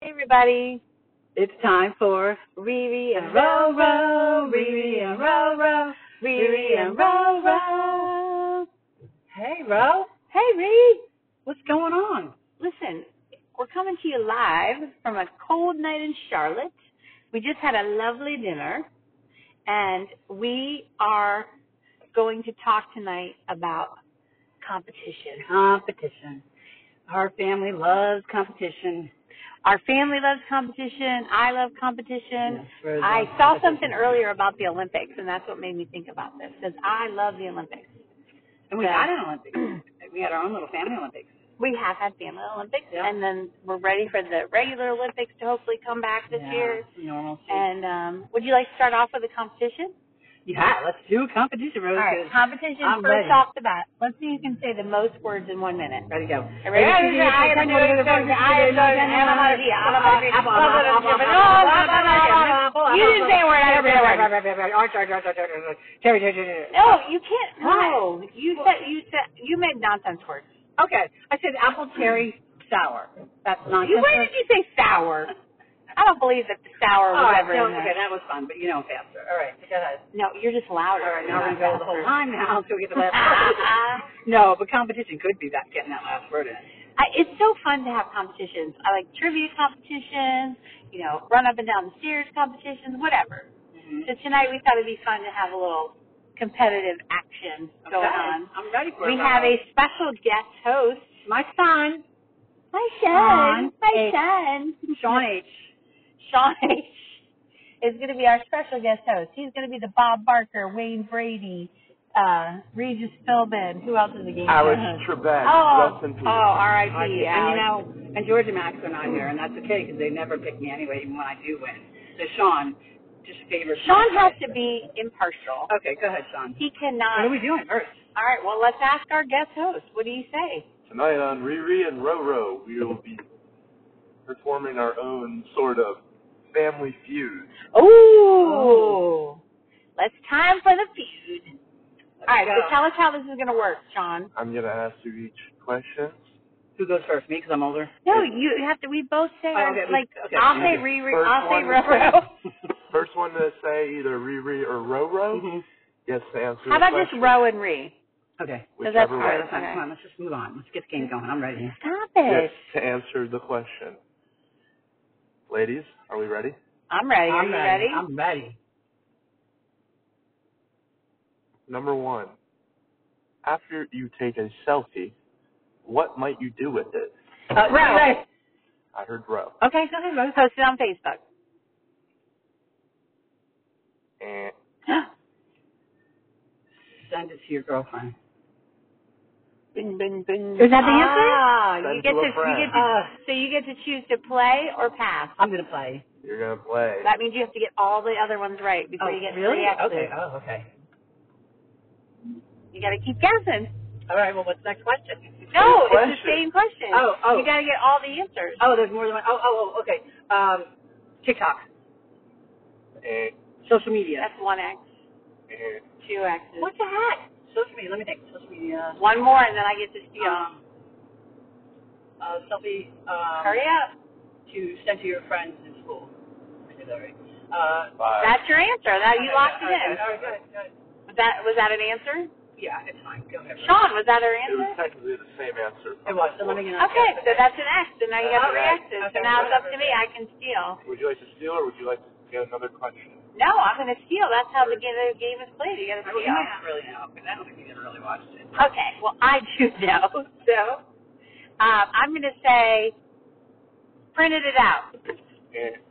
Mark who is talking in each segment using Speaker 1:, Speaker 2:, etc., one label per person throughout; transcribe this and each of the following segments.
Speaker 1: Hey, everybody.
Speaker 2: It's time for
Speaker 1: Riri and
Speaker 2: Row
Speaker 1: Ro Ro.
Speaker 2: Row, Riri and Row Row,
Speaker 1: Riri and Ro Ro.
Speaker 2: Hey Row,
Speaker 1: Hey, Ree.
Speaker 2: what's going on?
Speaker 1: Listen, we're coming to you live from a cold night in Charlotte. We just had a lovely dinner, and we are going to talk tonight about competition.
Speaker 2: Competition. Our family loves competition.
Speaker 1: Our family loves competition. I love competition.
Speaker 2: Yes, Rose
Speaker 1: I
Speaker 2: loves
Speaker 1: saw
Speaker 2: competition.
Speaker 1: something earlier about the Olympics, and that's what made me think about this because I love the Olympics.
Speaker 2: And we had an Olympics. we had our own little family Olympics.
Speaker 1: We have had family Olympics,
Speaker 2: Yeah.
Speaker 1: and then we're ready for the regular Olympics to hopefully come back this
Speaker 2: Yeah,
Speaker 1: year.
Speaker 2: Normal. shit.
Speaker 1: And um, would you like to start off with a competition?
Speaker 2: yeah, let's do competition, Rose.
Speaker 1: All right, competition
Speaker 2: I'm
Speaker 1: first
Speaker 2: ready.
Speaker 1: off the bat. Let's see who can say the most words in one minute.
Speaker 2: Ready to go.
Speaker 1: Ready to do this. I am doing this. I am doing this. You didn't say a word. I didn't say a word. No, you can't. No, you said you said you made nonsense words.
Speaker 2: Okay, I said apple cherry sour. That's not.
Speaker 1: You, where did you say sour? I don't believe that the sour
Speaker 2: Oh,
Speaker 1: was ever in
Speaker 2: okay,
Speaker 1: there.
Speaker 2: that was fun, but you know faster. All right, go ahead.
Speaker 1: No, you're just louder.
Speaker 2: All right, now we're gonna go the whole time now until we get the last word.
Speaker 1: I,
Speaker 2: no, but competition could be that getting that last word in.
Speaker 1: it's so fun to have competitions. I like trivia competitions, you know, run up and down the stairs competitions, whatever.
Speaker 2: Mm-hmm.
Speaker 1: So tonight we thought it'd be fun to have a little competitive action going
Speaker 2: Okay,
Speaker 1: on.
Speaker 2: I'm ready for
Speaker 1: We
Speaker 2: it.
Speaker 1: have a special guest host.
Speaker 2: my son,
Speaker 1: My
Speaker 2: son.
Speaker 1: My
Speaker 2: Hey.
Speaker 1: son.
Speaker 2: Sean H.
Speaker 1: Sean H. is going to be our special guest host. He's going to be the Bob Barker, Wayne Brady, uh, Regis Philbin. Who else is the game?
Speaker 3: Alex
Speaker 1: host?
Speaker 3: Trebek.
Speaker 1: Oh,
Speaker 3: Rest in peace.
Speaker 1: oh, R.I.P.
Speaker 2: And you
Speaker 1: Alex.
Speaker 2: know, and George and Max are not here, and that's okay because they never pick me anyway, even when I do win. So Sean, just favor.
Speaker 1: Sean has to be impartial.
Speaker 2: Okay, go ahead, Sean.
Speaker 1: He
Speaker 2: What are
Speaker 1: cannot.
Speaker 2: we doing first?
Speaker 1: All right, well, let's ask our guest host. What do you say?
Speaker 3: Tonight on Riri and Roro, we will be performing our own sort of family feud.
Speaker 1: Ooh. Let's time for the feud.
Speaker 2: Let's
Speaker 1: All right,
Speaker 2: go.
Speaker 1: so tell us how this is going to work, Sean.
Speaker 3: I'm going to ask you each questions.
Speaker 2: Who goes first? Me, because I'm older.
Speaker 1: No, you have to. We both say
Speaker 2: Oh,
Speaker 1: our
Speaker 2: okay, we-
Speaker 1: like.
Speaker 2: okay.
Speaker 1: I'll say
Speaker 3: Okay.
Speaker 1: Riri.
Speaker 3: First
Speaker 1: I'll say
Speaker 3: one.
Speaker 1: Roro.
Speaker 3: First one to say either Riri or Roro gets to answer
Speaker 1: Mm-hmm. How
Speaker 3: the
Speaker 1: about just
Speaker 3: question.
Speaker 1: Roe and Ree?
Speaker 2: Mm-hmm. Okay.
Speaker 1: Does that
Speaker 3: Whichever
Speaker 2: All right,
Speaker 3: one
Speaker 2: that's fine.
Speaker 1: Okay.
Speaker 2: Come on, let's just move on. Let's get the game going. I'm ready.
Speaker 1: Stop it.
Speaker 3: gets to answer the question. Ladies, are we ready?
Speaker 1: I'm ready. Are
Speaker 2: I'm
Speaker 1: you
Speaker 2: ready.
Speaker 1: ready?
Speaker 2: I'm ready.
Speaker 3: Number one. After you take a selfie, what might you do with it?
Speaker 2: Uh,
Speaker 1: Row.
Speaker 2: right.
Speaker 3: I heard Ro.
Speaker 2: Okay, go ahead, Rose.
Speaker 1: Post it on Facebook.
Speaker 3: And
Speaker 2: Send it to your girlfriend.
Speaker 3: bing, bing, bing.
Speaker 2: Is that the answer?
Speaker 1: Mm-hmm. Ah,
Speaker 3: Send
Speaker 1: you get
Speaker 3: to a
Speaker 1: to you get
Speaker 3: friend.
Speaker 1: to,
Speaker 2: Uh,
Speaker 1: so you get to choose to play or pass.
Speaker 2: I'm gonna play.
Speaker 3: You're gonna play.
Speaker 1: That means you have to get all the other ones right before
Speaker 2: oh,
Speaker 1: you get
Speaker 2: really?
Speaker 1: three X's.
Speaker 2: Okay. Oh, okay.
Speaker 1: You got to keep guessing.
Speaker 2: All right. Well, what's the next question?
Speaker 1: No, it's the
Speaker 3: Same question.
Speaker 1: same question.
Speaker 2: Oh, oh.
Speaker 1: You got to get all the answers.
Speaker 2: Oh, there's more than one. Oh, oh, oh. Okay. Um, TikTok,
Speaker 3: Eh,
Speaker 2: social media.
Speaker 1: That's one X,
Speaker 3: eh.
Speaker 1: two X's.
Speaker 2: What the heck? Social media. Let me think. Social media.
Speaker 1: One more, and then I get to steal.
Speaker 2: Um, uh, selfie. Um,
Speaker 1: Hurry up.
Speaker 2: to send to your friends in school. I did that right. Uh,
Speaker 3: Five.
Speaker 1: That's your answer. That you locked it
Speaker 2: okay,
Speaker 1: in.
Speaker 2: All right, good, good.
Speaker 1: Was that was that an answer?
Speaker 2: Yeah, it's fine. Go ahead.
Speaker 1: Sean, was that her
Speaker 3: It was
Speaker 1: answer?
Speaker 3: technically the same answer.
Speaker 2: It was. So let me get another
Speaker 1: Okay, so
Speaker 2: guess.
Speaker 1: that's an X, and now you got three
Speaker 3: Alright.
Speaker 1: X's. So
Speaker 2: Okay,
Speaker 1: now it's up to me. I can steal.
Speaker 3: Would you like to steal or would you like to get another question?
Speaker 1: No, I'm gonna steal. That's how the game, the game is played. You gotta
Speaker 2: I mean, you
Speaker 1: steal.
Speaker 2: might not really know, because I don't think you ever really watched it.
Speaker 1: Okay, well I do know. So um, I'm gonna say printed it out.
Speaker 3: Eh.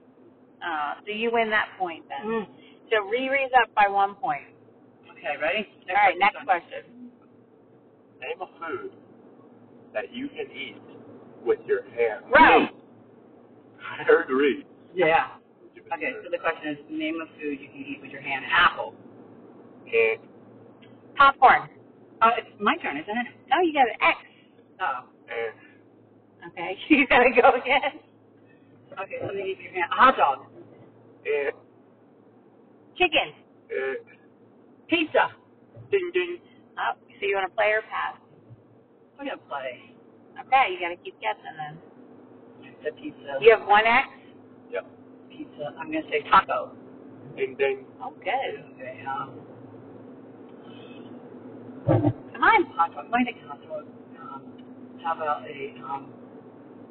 Speaker 1: Uh, so you win that point then.
Speaker 2: Mm.
Speaker 1: Mm-hmm. So Riri's up by one point.
Speaker 2: Okay, ready?
Speaker 1: All right, next question.
Speaker 3: Name a food that you can eat with your hands.
Speaker 1: Row.
Speaker 3: I agree.
Speaker 2: Yeah. Okay, so the question is, name a food you can eat with your hand. Apple.
Speaker 3: Eh.
Speaker 1: Popcorn.
Speaker 2: Oh, it's my turn, isn't it?
Speaker 1: No, you got an X.
Speaker 2: Oh.
Speaker 3: Eh.
Speaker 1: Okay, you gotta go again.
Speaker 2: Okay, something you eat with your hand. Hot dog.
Speaker 3: Eh.
Speaker 1: Chicken.
Speaker 3: Eh.
Speaker 2: Pizza.
Speaker 3: Ding, ding.
Speaker 1: Oh, so you want to play or pass?
Speaker 2: We're gonna play.
Speaker 1: Okay, you got to keep guessing then.
Speaker 2: pizza, pizza,
Speaker 1: You have one X?
Speaker 3: Yep.
Speaker 2: pizza. I'm gonna say taco.
Speaker 3: Ding ding.
Speaker 1: Oh, good.
Speaker 2: Okay, um,
Speaker 1: Come on.
Speaker 2: hot dog. My next hot dog. Um, how about a um,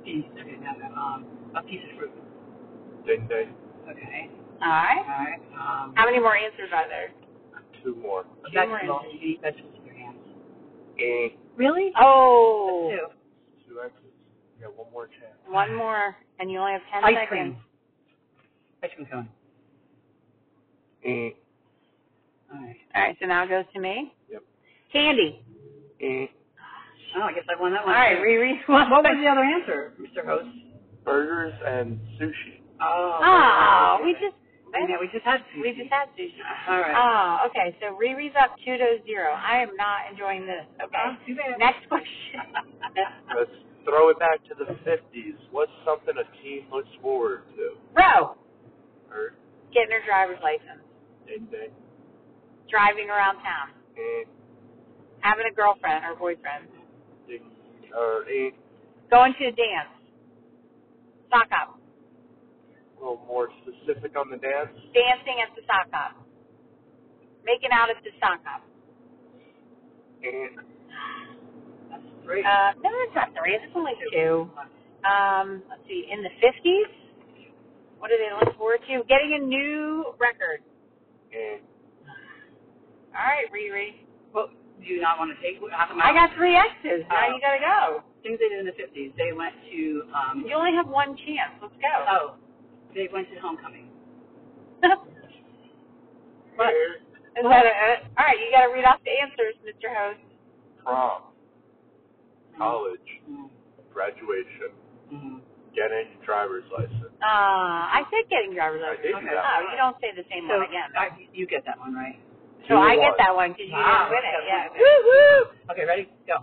Speaker 2: piece? Okay, no, no, um, a piece of fruit.
Speaker 3: Ding ding.
Speaker 2: Okay.
Speaker 1: All
Speaker 2: All
Speaker 1: right.
Speaker 2: right. Um,
Speaker 1: How many more answers are there?
Speaker 3: Two more.
Speaker 2: a vegetable. You eat vegetables with your hands.
Speaker 3: Eh.
Speaker 1: Really? Oh.
Speaker 2: Two.
Speaker 3: Two X's. You got one more chance.
Speaker 1: One more, and you only have 10
Speaker 2: Ice
Speaker 1: seconds.
Speaker 2: cream. Ice cream cone.
Speaker 3: Eh.
Speaker 2: All right.
Speaker 1: All right, so now it goes to me.
Speaker 3: Yep.
Speaker 1: Candy.
Speaker 3: Eh.
Speaker 2: Oh, I guess I won that
Speaker 1: All
Speaker 2: one.
Speaker 1: right,
Speaker 2: too.
Speaker 1: Riri.
Speaker 2: What was the other answer, Mr. Host?
Speaker 3: Burgers and sushi.
Speaker 2: Oh.
Speaker 1: Oh, we just
Speaker 2: Yeah, we just had.
Speaker 1: we just had sushi.
Speaker 2: All right.
Speaker 1: Oh, okay. So Riri's up two to zero. I am not enjoying this.
Speaker 2: Oh,
Speaker 1: Okay.
Speaker 2: too bad.
Speaker 1: Next question.
Speaker 3: Let's throw it back to the 50s. What's something a team looks forward to?
Speaker 1: Bro,
Speaker 3: Or
Speaker 1: getting her driver's license,
Speaker 3: ding ding.
Speaker 1: driving around town,
Speaker 3: Eh.
Speaker 1: having a girlfriend or boyfriend,
Speaker 3: Ding. Or eh.
Speaker 1: going to a dance, sock up,
Speaker 3: A little more specific on the dance.
Speaker 1: dancing at the sock up, making out at the sock up.
Speaker 3: Eh.
Speaker 2: That's three.
Speaker 1: Uh, no, it's not three. It's only two. Um, let's see, in the 50s. What do they look forward to? Getting a new record.
Speaker 3: Eh.
Speaker 1: All right, Riri.
Speaker 2: Well, do you not want to take? Half
Speaker 1: I got three X's. Now
Speaker 2: Oh.
Speaker 1: you gotta go.
Speaker 2: things they did in the fifties. They went to. Um,
Speaker 1: You only have one chance. Let's go.
Speaker 2: oh, they went to homecoming. What?
Speaker 3: Eh.
Speaker 1: Is that it? All right, you gotta read off the answers, Mr. Host.
Speaker 3: Prom.
Speaker 1: Oh.
Speaker 3: College.
Speaker 2: Mm,
Speaker 3: Graduation.
Speaker 2: mm.
Speaker 3: Getting a driver's license.
Speaker 1: Uh, I said getting driver's
Speaker 3: I
Speaker 1: license.
Speaker 3: did
Speaker 2: Okay.
Speaker 3: do
Speaker 1: Oh,
Speaker 3: that.
Speaker 1: you don't say the same
Speaker 2: So uh,
Speaker 1: one again.
Speaker 2: I, you get that one right.
Speaker 1: So
Speaker 3: Two
Speaker 1: I
Speaker 3: to
Speaker 1: get
Speaker 3: one.
Speaker 1: that one because you
Speaker 2: Wow.
Speaker 3: Ah.
Speaker 1: didn't win it. Yeah.
Speaker 2: That's
Speaker 1: Woo woo.
Speaker 2: Okay, ready? Go.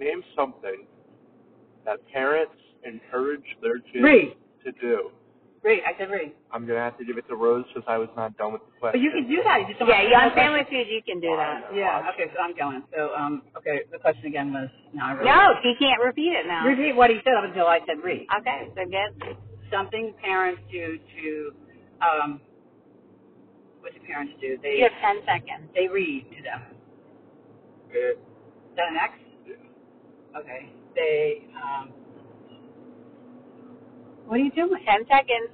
Speaker 3: Name something that parents encourage their kids
Speaker 2: Three.
Speaker 3: to do.
Speaker 2: Three. I said three.
Speaker 3: I'm gonna have to give it to Rose because I was not done with the
Speaker 2: But
Speaker 3: question.
Speaker 2: you can do that. You just don't
Speaker 1: Yeah,
Speaker 2: have to
Speaker 1: yeah, on
Speaker 2: know
Speaker 1: Family Feud you can do that.
Speaker 2: that. Yeah. Okay, so I'm going. So, um, okay, the question again was no. I really-
Speaker 1: No, he can't repeat it now.
Speaker 2: Repeat what he said up until I said read.
Speaker 1: Okay, so good.
Speaker 2: Something parents do to, um, what do parents do? They
Speaker 1: You have 10 seconds.
Speaker 2: they read to them.
Speaker 3: Eh,
Speaker 2: Is that an X?
Speaker 3: yeah.
Speaker 2: Okay. They, um, what are you doing?
Speaker 1: 10 seconds.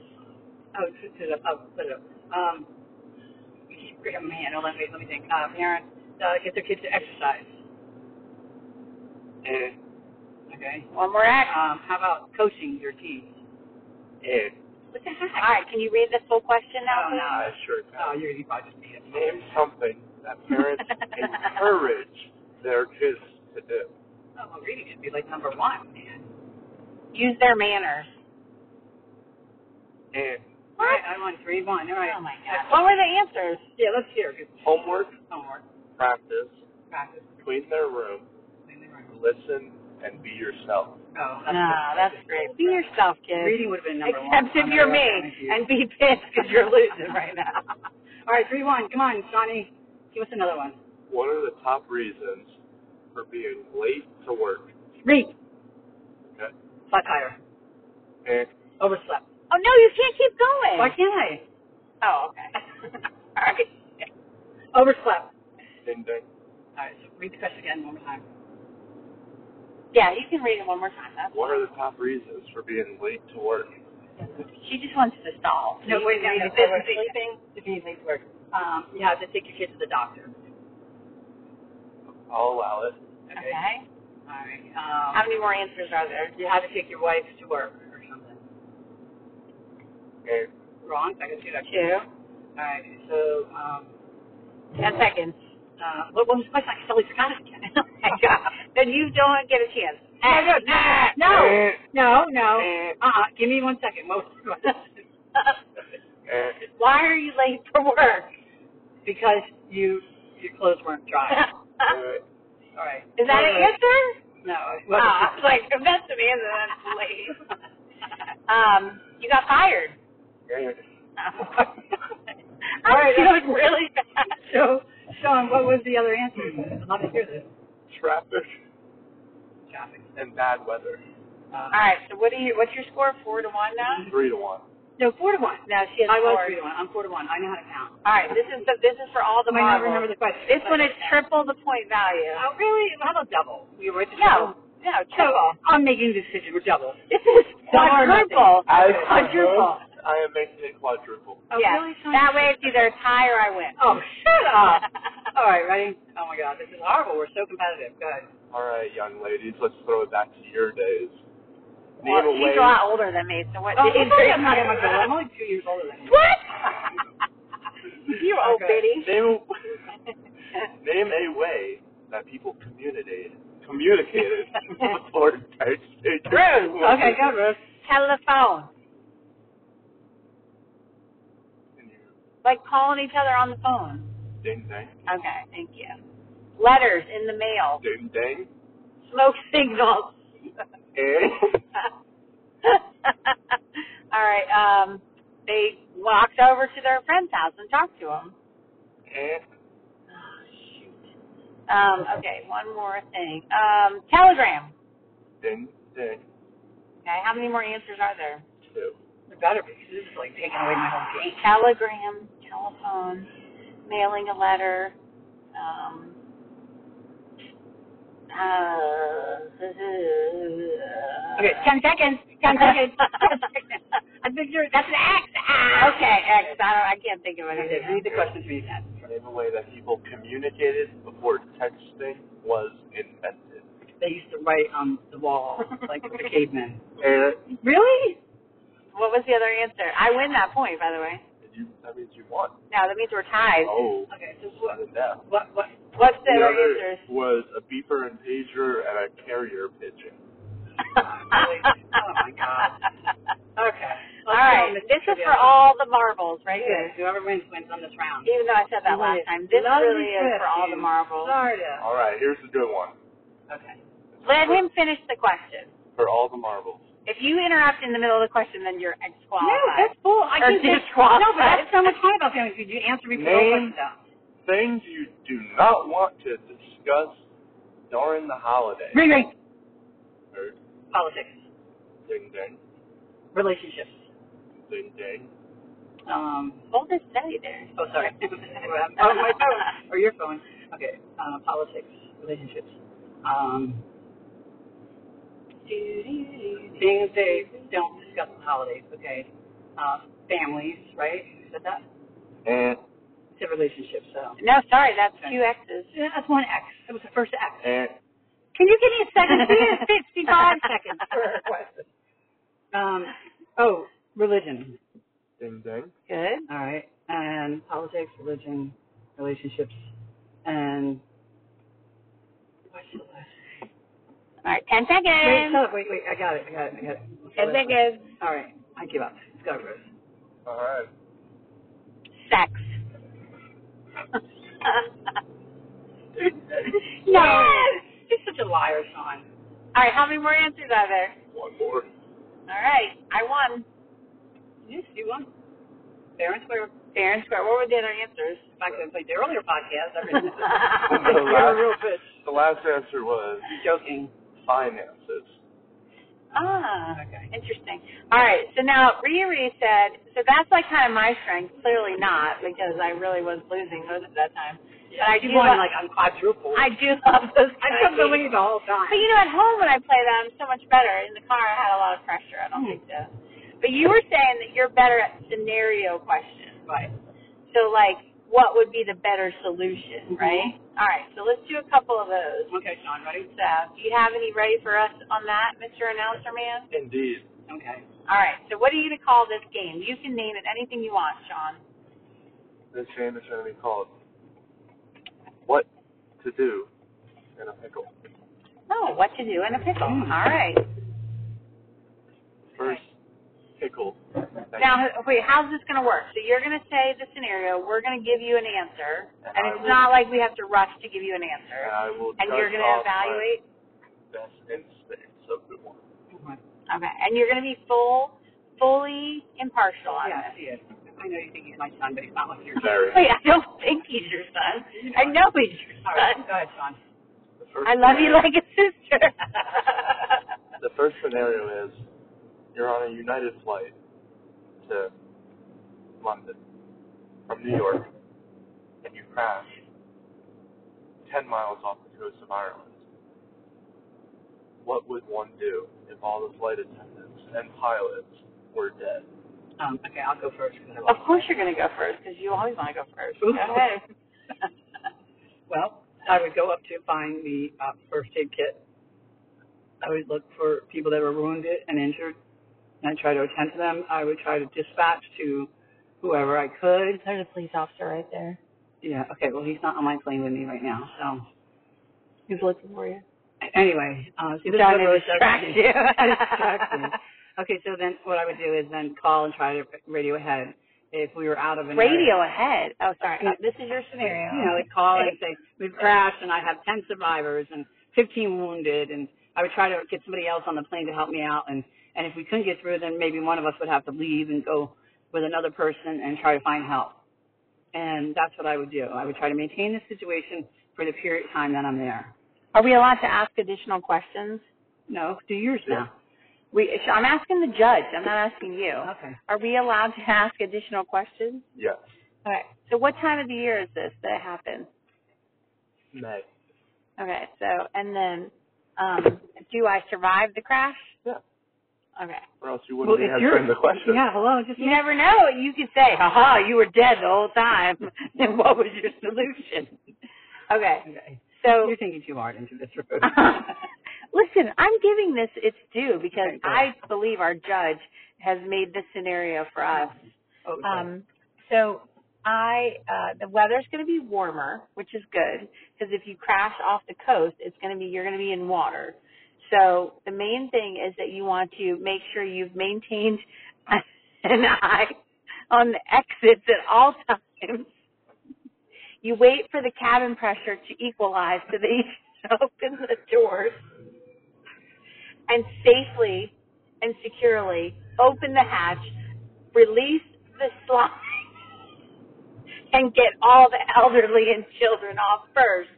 Speaker 2: Oh, to, to the, oh, put it up. Um, man, oh, let me, let me think. Uh, parents, uh, get their kids to exercise.
Speaker 3: Eh,
Speaker 2: Okay.
Speaker 1: One more X.
Speaker 2: Um, how about coaching your team?
Speaker 3: eh.
Speaker 2: What the
Speaker 1: All
Speaker 2: heck?
Speaker 1: right, can you read the full question now?
Speaker 2: Oh, no.
Speaker 3: I sure
Speaker 2: Oh,
Speaker 3: can.
Speaker 2: you're, you probably just need it.
Speaker 3: Name something that parents encourage their kids to do.
Speaker 2: Oh, well, reading should be like number one, man.
Speaker 1: please? Use their manners.
Speaker 3: Eh.
Speaker 2: All right, I won 3 1. All right. oh,
Speaker 1: Oh my God. What were the answers?
Speaker 2: Yeah, let's hear it.
Speaker 3: Homework,
Speaker 2: Homework,
Speaker 3: practice,
Speaker 2: practice,
Speaker 3: clean their room,
Speaker 2: clean the room.
Speaker 3: listen, and be yourself.
Speaker 2: Oh, that's
Speaker 1: No, that's great. Be yourself, kid.
Speaker 2: Reading would have been number one.
Speaker 1: Except if
Speaker 2: I'm
Speaker 1: you're
Speaker 2: gonna
Speaker 1: me
Speaker 2: go with you.
Speaker 1: and be pissed because you're losing right now.
Speaker 2: All right, three one. Come on, Shawnee. Give us another one.
Speaker 3: What are the top reasons for being late to work?
Speaker 2: Read.
Speaker 3: Okay.
Speaker 2: Flat tire.
Speaker 3: Eh.
Speaker 2: Overslept.
Speaker 1: Oh, no, you can't keep going.
Speaker 2: Why can't
Speaker 1: Oh, okay.
Speaker 2: I?
Speaker 1: All right.
Speaker 2: Overslept.
Speaker 3: Ding ding.
Speaker 2: All right, so read the question again one more time.
Speaker 1: Yeah, you can read it one more time. That's
Speaker 3: What are the top reasons for being late to work?
Speaker 1: She just wants to stall.
Speaker 2: No, wait, no,
Speaker 1: Read
Speaker 2: no,
Speaker 1: it. This
Speaker 2: no,
Speaker 1: is
Speaker 2: wait.
Speaker 1: sleeping.
Speaker 2: If you need late work, um, you have to take your kid to the doctor.
Speaker 3: I'll allow it.
Speaker 1: Okay.
Speaker 2: All right.
Speaker 1: How
Speaker 2: Um,
Speaker 1: many more answers are there?
Speaker 2: you have to take your wife to work or something.
Speaker 3: Eh.
Speaker 2: Wrong. I can see that.
Speaker 1: Two.
Speaker 2: All right. So, um,
Speaker 1: Ten seconds.
Speaker 2: uh, what, what was the question? I totally forgot it again.
Speaker 1: Oh my God. Then you don't get a chance.
Speaker 2: No, no, no,
Speaker 3: Eh.
Speaker 2: no, no.
Speaker 3: Eh.
Speaker 2: Uh-uh. Give me one second. What was the question?
Speaker 3: Eh.
Speaker 1: Why are you late for work?
Speaker 2: Because you your clothes weren't dry.
Speaker 1: Is
Speaker 2: All right.
Speaker 1: that an answer?
Speaker 2: No. it
Speaker 1: Oh,
Speaker 2: wasn't.
Speaker 1: I was like, if that's an answer, that's late. Um, you got fired.
Speaker 3: Eh.
Speaker 1: I'm
Speaker 2: All right, that's-
Speaker 1: feeling really bad.
Speaker 2: so, Sean, what was the other answer? I'd love to hear this.
Speaker 3: Traffic.
Speaker 2: shopping.
Speaker 3: and bad weather.
Speaker 1: All
Speaker 2: Um,
Speaker 1: right. So what do you? What's your score? Four to one now.
Speaker 3: Three to one.
Speaker 2: No, four to one.
Speaker 1: No, she has
Speaker 2: I was
Speaker 1: four.
Speaker 2: three to one. I'm four to one. I know how to count.
Speaker 1: All right. This is the. This is for all the
Speaker 2: I might not
Speaker 1: marbles.
Speaker 2: remember the question.
Speaker 1: This one is triple the point value.
Speaker 2: Oh, really? How about double? We were at the
Speaker 1: No, no,
Speaker 2: So
Speaker 1: triple.
Speaker 2: I'm making the decision. We're double.
Speaker 1: This is
Speaker 2: Double or nothing.
Speaker 1: quadruple.
Speaker 3: As
Speaker 1: Quadruple.
Speaker 3: proposed, I am making it quadruple.
Speaker 2: Oh,
Speaker 1: yeah.
Speaker 2: really? Sean?
Speaker 1: That way it's either a tie or I win.
Speaker 2: Oh, shut up. All right, ready? Oh my God, this is horrible. We're so competitive. Go ahead.
Speaker 3: All right, young ladies, let's throw it back to your days.
Speaker 1: Well,
Speaker 3: Name a
Speaker 1: she's a
Speaker 3: way.
Speaker 1: lot older than me, so what?
Speaker 2: Oh, I'm sorry, I'm not that much older. I'm only two years older than you.
Speaker 1: What? Oh, you old
Speaker 2: Okay.
Speaker 1: biddy.
Speaker 3: Name a, name a way that people communicated communicated before text.
Speaker 1: Rude.
Speaker 2: Okay, go, Rose.
Speaker 1: Telephone.
Speaker 3: Can you
Speaker 1: Like calling each other on the phone.
Speaker 3: Ding dang,
Speaker 1: Okay, thank you. Letters in the mail.
Speaker 3: ding dang,
Speaker 1: Smoke signals.
Speaker 3: and
Speaker 1: All right. Um, they walked over to their friend's house and talked to him.
Speaker 3: and
Speaker 1: Oh, shoot. Um, okay, one more thing. Um, telegram.
Speaker 3: ding dang
Speaker 1: Okay, how many more answers are there?
Speaker 3: two.
Speaker 2: It better be, 'cause this is like taking away my whole game.
Speaker 1: Telegram, telephone, mailing a letter. Um, uh,
Speaker 2: Okay, 10 seconds. 10 seconds.
Speaker 1: I think you're, that's an X. Ah. Okay, X. I don't. I can't think of
Speaker 2: Okay,
Speaker 1: anything.
Speaker 2: read the question to me again.
Speaker 3: Name a way that people communicated before texting was invented.
Speaker 2: They used to write on the wall, like the cavemen.
Speaker 3: And
Speaker 2: Really?
Speaker 1: What was the other answer? I win that point, by the way.
Speaker 3: you, that means you won.
Speaker 1: No, that means we're tied.
Speaker 3: Oh,
Speaker 2: Okay, so
Speaker 3: not
Speaker 2: what?
Speaker 3: in depth.
Speaker 2: What? What?
Speaker 1: What's the
Speaker 3: The
Speaker 1: other
Speaker 3: other
Speaker 1: answers?
Speaker 3: was a beeper and pager and a carrier pigeon.
Speaker 2: Oh, my God. Okay.
Speaker 1: All right, this is for all the marbles, right
Speaker 2: Yeah,
Speaker 1: here.
Speaker 2: whoever wins wins on this round.
Speaker 1: Even though I said that last time, this
Speaker 2: Lovely
Speaker 1: really is
Speaker 2: trip,
Speaker 1: for all the
Speaker 2: you.
Speaker 1: marbles.
Speaker 2: Florida.
Speaker 3: All right, here's a good one
Speaker 2: Okay.
Speaker 1: Let him finish the question.
Speaker 3: for all the marbles.
Speaker 1: If you interrupt in the middle of the question, then you're
Speaker 2: No,
Speaker 1: disqualified.
Speaker 2: that's bull. I
Speaker 1: Or
Speaker 2: can
Speaker 1: did
Speaker 2: just
Speaker 1: Ross-
Speaker 2: No, but that's so much fun about family feud. You answer me for all
Speaker 3: Name-
Speaker 2: that stuff.
Speaker 3: Things you do not want to discuss during the holiday.
Speaker 2: Ring ring.
Speaker 3: Or
Speaker 2: Politics,
Speaker 3: Ding ding,
Speaker 2: relationships.
Speaker 3: ding ding.
Speaker 2: Um.
Speaker 1: Hold this steady there.
Speaker 2: Oh, sorry. oh, my phone or your phone. Okay. Uh, politics, relationships. Um. Things they don't discuss on holidays. Okay. Uh, families, right? You said that.
Speaker 3: And
Speaker 2: Said relationships. So.
Speaker 1: No, sorry, that's two X's.
Speaker 2: Yeah, that's one X. That was the first X.
Speaker 3: and
Speaker 1: Can you give me a second? We have 65 seconds.
Speaker 2: Um, oh, religion.
Speaker 3: ding ding.
Speaker 1: Good.
Speaker 2: All right. And politics, religion, relationships, and what's the last?
Speaker 1: All right, 10
Speaker 2: Wait,
Speaker 1: seconds.
Speaker 2: stop. Wait, wait. I got it. I got it. I got it. What's the
Speaker 1: 10
Speaker 2: last one?
Speaker 1: seconds.
Speaker 2: All right. I give up. Let's go, Rose.
Speaker 3: All right.
Speaker 1: Sex.
Speaker 2: No. You're such a liar, Sean.
Speaker 1: All right, how many more answers are there?
Speaker 3: One more.
Speaker 1: All right, I won.
Speaker 2: Yes, you won. Fair and square.
Speaker 1: Fair and square. What were the other answers?
Speaker 2: If I could have played the earlier podcast, I would have
Speaker 3: The
Speaker 2: You're a real
Speaker 3: last,
Speaker 2: bitch.
Speaker 3: the last answer was
Speaker 2: joking.
Speaker 3: finances.
Speaker 1: ah,
Speaker 2: Okay.
Speaker 1: interesting. All right, so now Riri said, so that's like kind of my strength. Clearly not, because I really was losing most of that time. But I
Speaker 2: you
Speaker 1: do
Speaker 2: won,
Speaker 1: love-
Speaker 2: like, on quadruple.
Speaker 1: I do love those.
Speaker 2: I
Speaker 1: kind
Speaker 2: couldn't
Speaker 1: of
Speaker 2: believe the whole time.
Speaker 1: But you know, at home when I play that, I'm so much better. In the car, I had a lot of pressure. I don't
Speaker 2: Hmm.
Speaker 1: think so. But you were saying that you're better at scenario questions.
Speaker 2: Right.
Speaker 1: So, like, what would be the better solution, right?
Speaker 2: Mm-hmm.
Speaker 1: All right. So let's do a couple of those.
Speaker 2: Okay, Sean, ready?
Speaker 1: So, do you have any ready for us on that, Mr. Announcer Man?
Speaker 3: Indeed.
Speaker 2: Okay.
Speaker 1: All right. So, what are you going to call this game? You can name it anything you want, Sean.
Speaker 3: This game is going to be called What to Do in a Pickle.
Speaker 1: Oh, what to do in a pickle.
Speaker 2: Mm.
Speaker 1: All right.
Speaker 3: First pickle.
Speaker 1: Now, wait, how's this going to work? So you're going to say the scenario, we're going to give you an answer, and it's not like we have to rush to give you an
Speaker 3: and
Speaker 1: answer.
Speaker 3: I will
Speaker 1: And you're
Speaker 3: judge
Speaker 1: going to
Speaker 3: off my
Speaker 1: evaluate.
Speaker 3: best instincts of the one.
Speaker 1: Okay. And you're going to be full, fully impartial on
Speaker 2: Yeah, I
Speaker 1: this.
Speaker 2: see it. I know you think he's my son, but he's not like your son.
Speaker 3: Very.
Speaker 1: Wait, I don't think he's your son. I know he's your
Speaker 2: All right,
Speaker 1: son.
Speaker 2: go ahead, Sean.
Speaker 3: The The first
Speaker 1: I love you
Speaker 3: scenario-
Speaker 1: like a sister.
Speaker 3: The first scenario is you're on a United flight to London from New York, and you crash 10 miles off the coast of Ireland. What would one do if all the flight attendants and pilots were dead?
Speaker 2: Um, okay, I'll go first. 'cause I
Speaker 1: Of
Speaker 2: lost
Speaker 1: course you're going to go first because you always want to go first. Go ahead.
Speaker 2: well, I would go up to find the uh, first aid kit. I would look for people that were wounded and injured, and I try to attend to them. I would try to dispatch to whoever I could.
Speaker 4: There's a police officer right there.
Speaker 2: Yeah, okay, well, he's not on my plane with me right now, so.
Speaker 4: He's looking for you.
Speaker 2: Anyway, uh, see, this
Speaker 4: Trying
Speaker 2: is
Speaker 4: to
Speaker 2: what really
Speaker 4: distract
Speaker 2: sucks.
Speaker 4: you.
Speaker 2: I distract me. Okay, so then what I would do is then call and try to radio ahead if we were out of an area.
Speaker 1: Radio ahead. Oh, sorry. Uh, this is your scenario.
Speaker 2: you know, they call and say, we've crashed and I have 10 survivors and 15 wounded and I would try to get somebody else on the plane to help me out and, and if we couldn't get through then maybe one of us would have to leave and go with another person and try to find help. And that's what I would do. I would try to maintain the situation for the period of time that I'm there.
Speaker 1: Are we allowed to ask additional questions?
Speaker 2: No, do yours now.
Speaker 1: We, I'm asking the judge. I'm not asking you.
Speaker 2: Okay.
Speaker 1: Are we allowed to ask additional questions?
Speaker 3: Yes.
Speaker 1: All right. So what time of the year is this that happened?
Speaker 3: May.
Speaker 1: Okay. So and then, um, do I survive the crash?
Speaker 3: Yeah.
Speaker 1: Okay.
Speaker 3: Or else you wouldn't be
Speaker 2: it's
Speaker 3: answering the question.
Speaker 2: Yeah, hello, just
Speaker 1: You never know. You could say, "Ha ha, you were dead the whole time." Then what was your solution? Okay.
Speaker 2: okay.
Speaker 1: So
Speaker 2: You're thinking too hard into this road.
Speaker 1: Listen, I'm giving this its due because
Speaker 2: Okay, good.
Speaker 1: I believe our judge has made this scenario for us.
Speaker 2: Okay.
Speaker 1: Um, so I, uh, the weather's going to be warmer, which is good because if you crash off the coast, it's going to be you're going to be in water. So the main thing is that you want to make sure you've maintained an eye on the exits at all times. You wait for the cabin pressure to equalize so that you can open the doors and safely and securely open the hatch, release the slide, and get all the elderly and children off first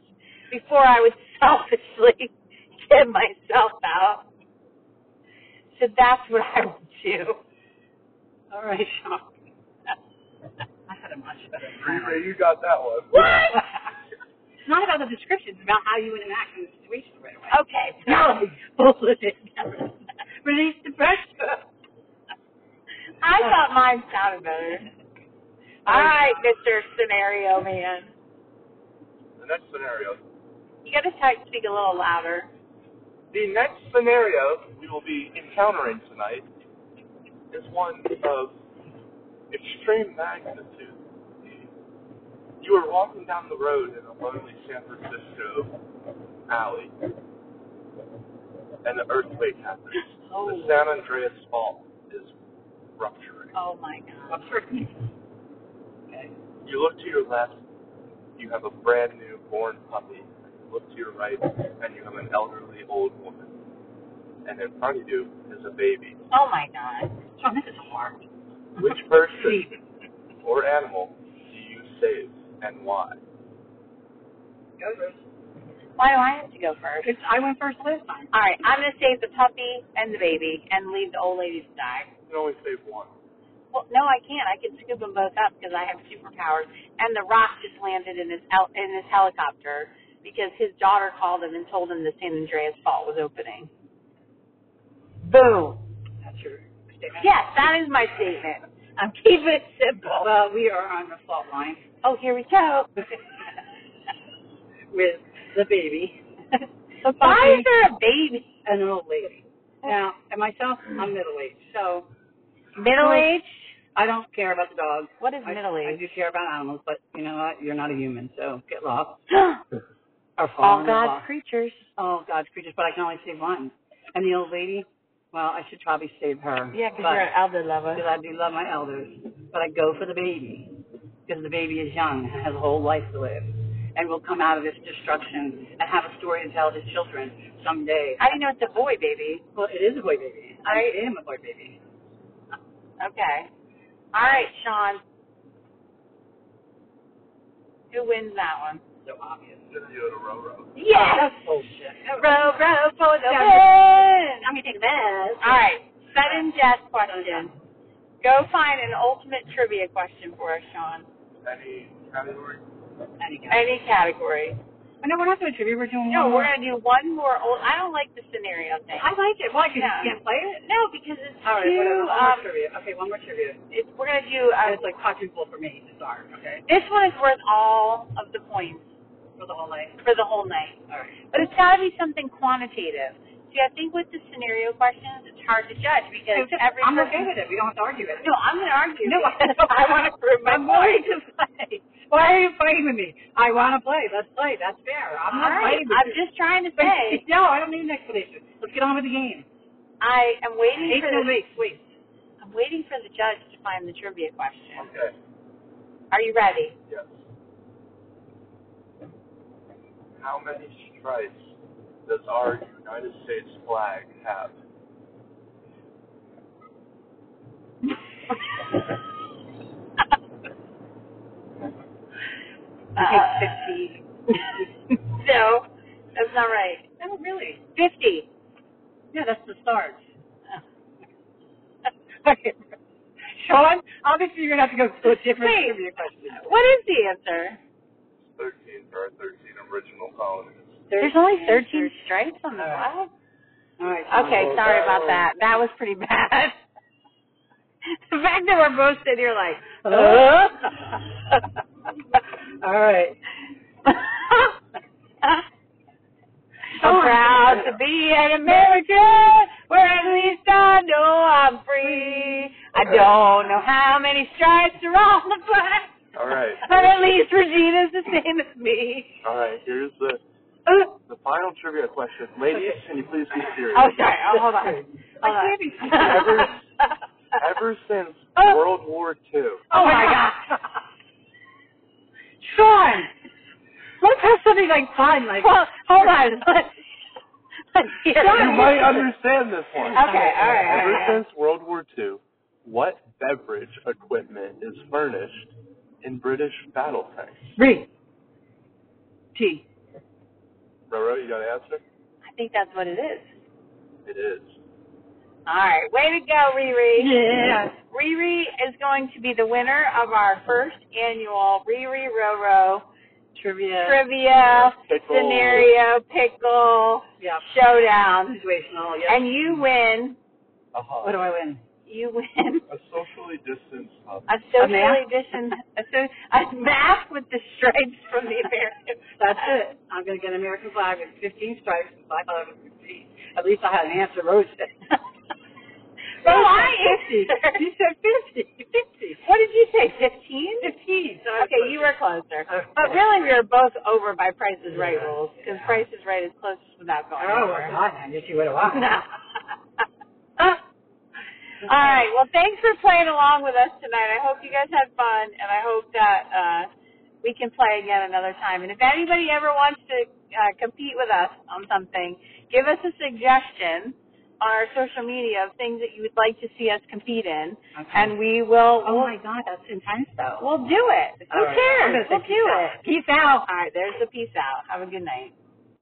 Speaker 1: before I would selfishly get myself out. So that's what I would do.
Speaker 2: All right, Sean. I had a much better plan.
Speaker 3: Anyway, you got that one.
Speaker 2: It's not about the description. It's about how you would enact in the situation right away.
Speaker 1: Okay, now bullshit.
Speaker 2: Release the pressure.
Speaker 1: I thought mine sounded better. All right, Mr. Scenario Man.
Speaker 3: The next scenario.
Speaker 1: You gotta type, speak a little louder.
Speaker 3: The next scenario we will be encountering tonight is one of extreme magnitude. You are walking down the road in a lonely San Francisco alley, and an earthquake happens. The San Andreas Fault is rupturing.
Speaker 1: Oh my god.
Speaker 3: You look to your left, you have a brand new born puppy. You look to your right, and you have an elderly old woman. And in front of you is a baby.
Speaker 1: Oh my god.
Speaker 2: Sean, this is hard.
Speaker 3: Which person or animal do you save, and why?
Speaker 2: Go, Bruce.
Speaker 1: Why do I have to go first?
Speaker 2: It's, I went first last time.
Speaker 1: All right, I'm gonna save the puppy and the baby and leave the old lady to die.
Speaker 3: You can only save one.
Speaker 1: Well, no, I can't. I can scoop them both up because I have superpowers. And the rock just landed in his el- in his helicopter because his daughter called him and told him the San Andreas Fault was opening. Boom.
Speaker 2: That's your statement.
Speaker 1: Yes, that is my statement. I'm keeping it simple.
Speaker 2: Well, we are on the fault line
Speaker 1: Oh, here we go.
Speaker 2: with the baby, the
Speaker 1: Why
Speaker 2: puppy,
Speaker 1: is there a baby?
Speaker 2: and an old lady. Now, and myself, I'm middle aged, so
Speaker 1: Middle age?
Speaker 2: I don't care about the dog.
Speaker 1: What is
Speaker 2: I,
Speaker 1: middle
Speaker 2: I
Speaker 1: age?
Speaker 2: do care about animals, but you know what? You're not a human, so get lost or Oh, fall
Speaker 1: All
Speaker 2: in the
Speaker 1: God's
Speaker 2: box.
Speaker 1: creatures.
Speaker 2: all God's creatures, but I can only save one. And the old lady, well, I should probably save her.
Speaker 1: Yeah, because
Speaker 2: but-
Speaker 1: you're an elder lover.
Speaker 2: because I do love my elders, but I go for the baby because the baby is young and has a whole life to live, and will come out of this destruction and have a story to tell his children someday.
Speaker 1: I didn't know it's a boy, baby.
Speaker 2: well, it is a boy baby. I am a boy baby.
Speaker 1: Okay. All right, Sean. Who wins that one?
Speaker 2: so obvious.
Speaker 3: Just Yoda row row.
Speaker 1: Yes.
Speaker 2: That's bullshit.
Speaker 1: Row, row for the
Speaker 2: Yeah.
Speaker 1: win.
Speaker 2: I'm gonna take this.
Speaker 1: All right. Sudden death question. Go find an ultimate trivia question for us, Sean.
Speaker 3: Any category?
Speaker 2: Anyway.
Speaker 1: Any category.
Speaker 2: Oh, no, we're not doing trivia. We're doing
Speaker 1: No,
Speaker 2: one
Speaker 1: we're
Speaker 2: more.
Speaker 1: gonna do one more. Old, I don't like the scenario thing.
Speaker 2: I like it. Why? Because
Speaker 1: Yeah.
Speaker 2: you can't play it.
Speaker 1: No, because it's
Speaker 2: All right,
Speaker 1: too.
Speaker 2: whatever. One
Speaker 1: um,
Speaker 2: more trivia. Okay, one more trivia.
Speaker 1: it's, we're gonna do. Uh,
Speaker 2: It's like quadruple for me. It's ours. Okay,
Speaker 1: this one is worth all of the points
Speaker 2: for the whole night.
Speaker 1: for the whole night.
Speaker 2: All right.
Speaker 1: But it's got to be something quantitative. See, I think with the scenario questions, it's hard to judge because
Speaker 2: It's just-
Speaker 1: every
Speaker 2: I'm okay
Speaker 1: person.
Speaker 2: with it. We don't have to argue it.
Speaker 1: No, I'm going to argue.
Speaker 2: No, I
Speaker 1: because
Speaker 2: don't.
Speaker 1: I want to prove my
Speaker 2: I'm willing
Speaker 1: point.
Speaker 2: to play. Why are you fighting with me? I want to play. Let's play. That's fair. I'm
Speaker 1: All
Speaker 2: not
Speaker 1: right,
Speaker 2: fighting with
Speaker 1: I'm
Speaker 2: you.
Speaker 1: just trying to say
Speaker 2: no, I don't need an explanation. Let's get on with the game.
Speaker 1: I am waiting
Speaker 2: Eight
Speaker 1: for
Speaker 2: no
Speaker 1: the,
Speaker 2: wait, wait.
Speaker 1: I'm waiting for the judge to find the trivia question.
Speaker 3: Okay.
Speaker 1: Are you ready?
Speaker 3: Yes. How many stripes does our United States flag have?
Speaker 1: Uh,
Speaker 2: Take fifty.
Speaker 1: no, that's not right.
Speaker 2: No, Oh, really.
Speaker 1: Fifty.
Speaker 2: Yeah, that's the stars. Okay. Sean, obviously you're gonna have to go to a different
Speaker 1: Wait.
Speaker 2: trivia question.
Speaker 1: What is the answer?
Speaker 3: Thirteen. There are thirteen original colonies.
Speaker 1: There's only 13 stripes on the
Speaker 2: All right.
Speaker 1: flag.
Speaker 2: All right. Sean.
Speaker 1: Okay, sorry about that. That was pretty bad. the fact that we're both sitting here like,
Speaker 2: Uh? Uh-huh. All right.
Speaker 1: Oh, I'm proud to be an American, where at least I know I'm free. I don't know how many stripes are on the flag,
Speaker 3: All right.
Speaker 1: but at least Regina's the same as me.
Speaker 3: All right. Here's the the final trivia question, ladies. Can you please be serious?
Speaker 1: Oh, sorry. Oh, hold on. Hold
Speaker 2: I
Speaker 1: on.
Speaker 2: can't be-
Speaker 3: Ever- Ever since
Speaker 1: Oh.
Speaker 3: World War II,
Speaker 1: oh my God.
Speaker 2: Sean, let's have something like fun, like
Speaker 1: Well, hold on. Let's, let's hear it.
Speaker 3: you might understand this one.
Speaker 1: Okay, all right.
Speaker 3: Ever since World War II, what beverage equipment is furnished in British battle tanks?
Speaker 2: three. T.
Speaker 3: Roro, you got an answer?
Speaker 1: I think that's what it is.
Speaker 3: It is.
Speaker 1: All right. Way to go, Riri.
Speaker 2: Yeah.
Speaker 1: Riri is going to be the winner of our first annual Riri Roro
Speaker 2: Trivia.
Speaker 1: Trivia
Speaker 3: Pickle.
Speaker 1: Scenario Pickle
Speaker 2: yeah.
Speaker 1: Showdown.
Speaker 2: Situational. Yeah.
Speaker 1: And you win.
Speaker 2: what
Speaker 3: Uh-huh.
Speaker 2: do I win?
Speaker 1: You win.
Speaker 3: A socially distanced uh, hub.
Speaker 1: A socially distanced, a, so- a mask with the stripes from the American.
Speaker 2: That's it. I'm gonna get an American flag with 15 stripes. I thought it was 15. At least I had an answer, Rose.
Speaker 1: Well,
Speaker 2: Rose
Speaker 1: I
Speaker 2: said 50.
Speaker 1: answered.
Speaker 2: You said 50. 50.
Speaker 1: What did you say? Fifteen?
Speaker 2: 15. So I was
Speaker 1: Okay,
Speaker 2: close.
Speaker 1: you were closer.
Speaker 2: Okay.
Speaker 1: But really, we were both over by Price is Right
Speaker 2: Yeah.
Speaker 1: rules because Price is Right is closest without going
Speaker 2: Oh, well,
Speaker 1: over.
Speaker 2: God, I guess you would have won.
Speaker 1: No. All right. Well, thanks for playing along with us tonight. I hope you guys had fun, and I hope that uh, we can play again another time. And if anybody ever wants to uh, compete with us on something, give us a suggestion on our social media of things that you would like to see us compete in,
Speaker 2: Okay.
Speaker 1: and we will.
Speaker 2: oh my God, that's intense though.
Speaker 1: We'll do it. Who
Speaker 2: All right. I'm
Speaker 1: cares?
Speaker 2: gonna say
Speaker 1: We'll
Speaker 2: peace
Speaker 1: do
Speaker 2: out.
Speaker 1: it. Peace out. All right, there's the peace out. Have a good night.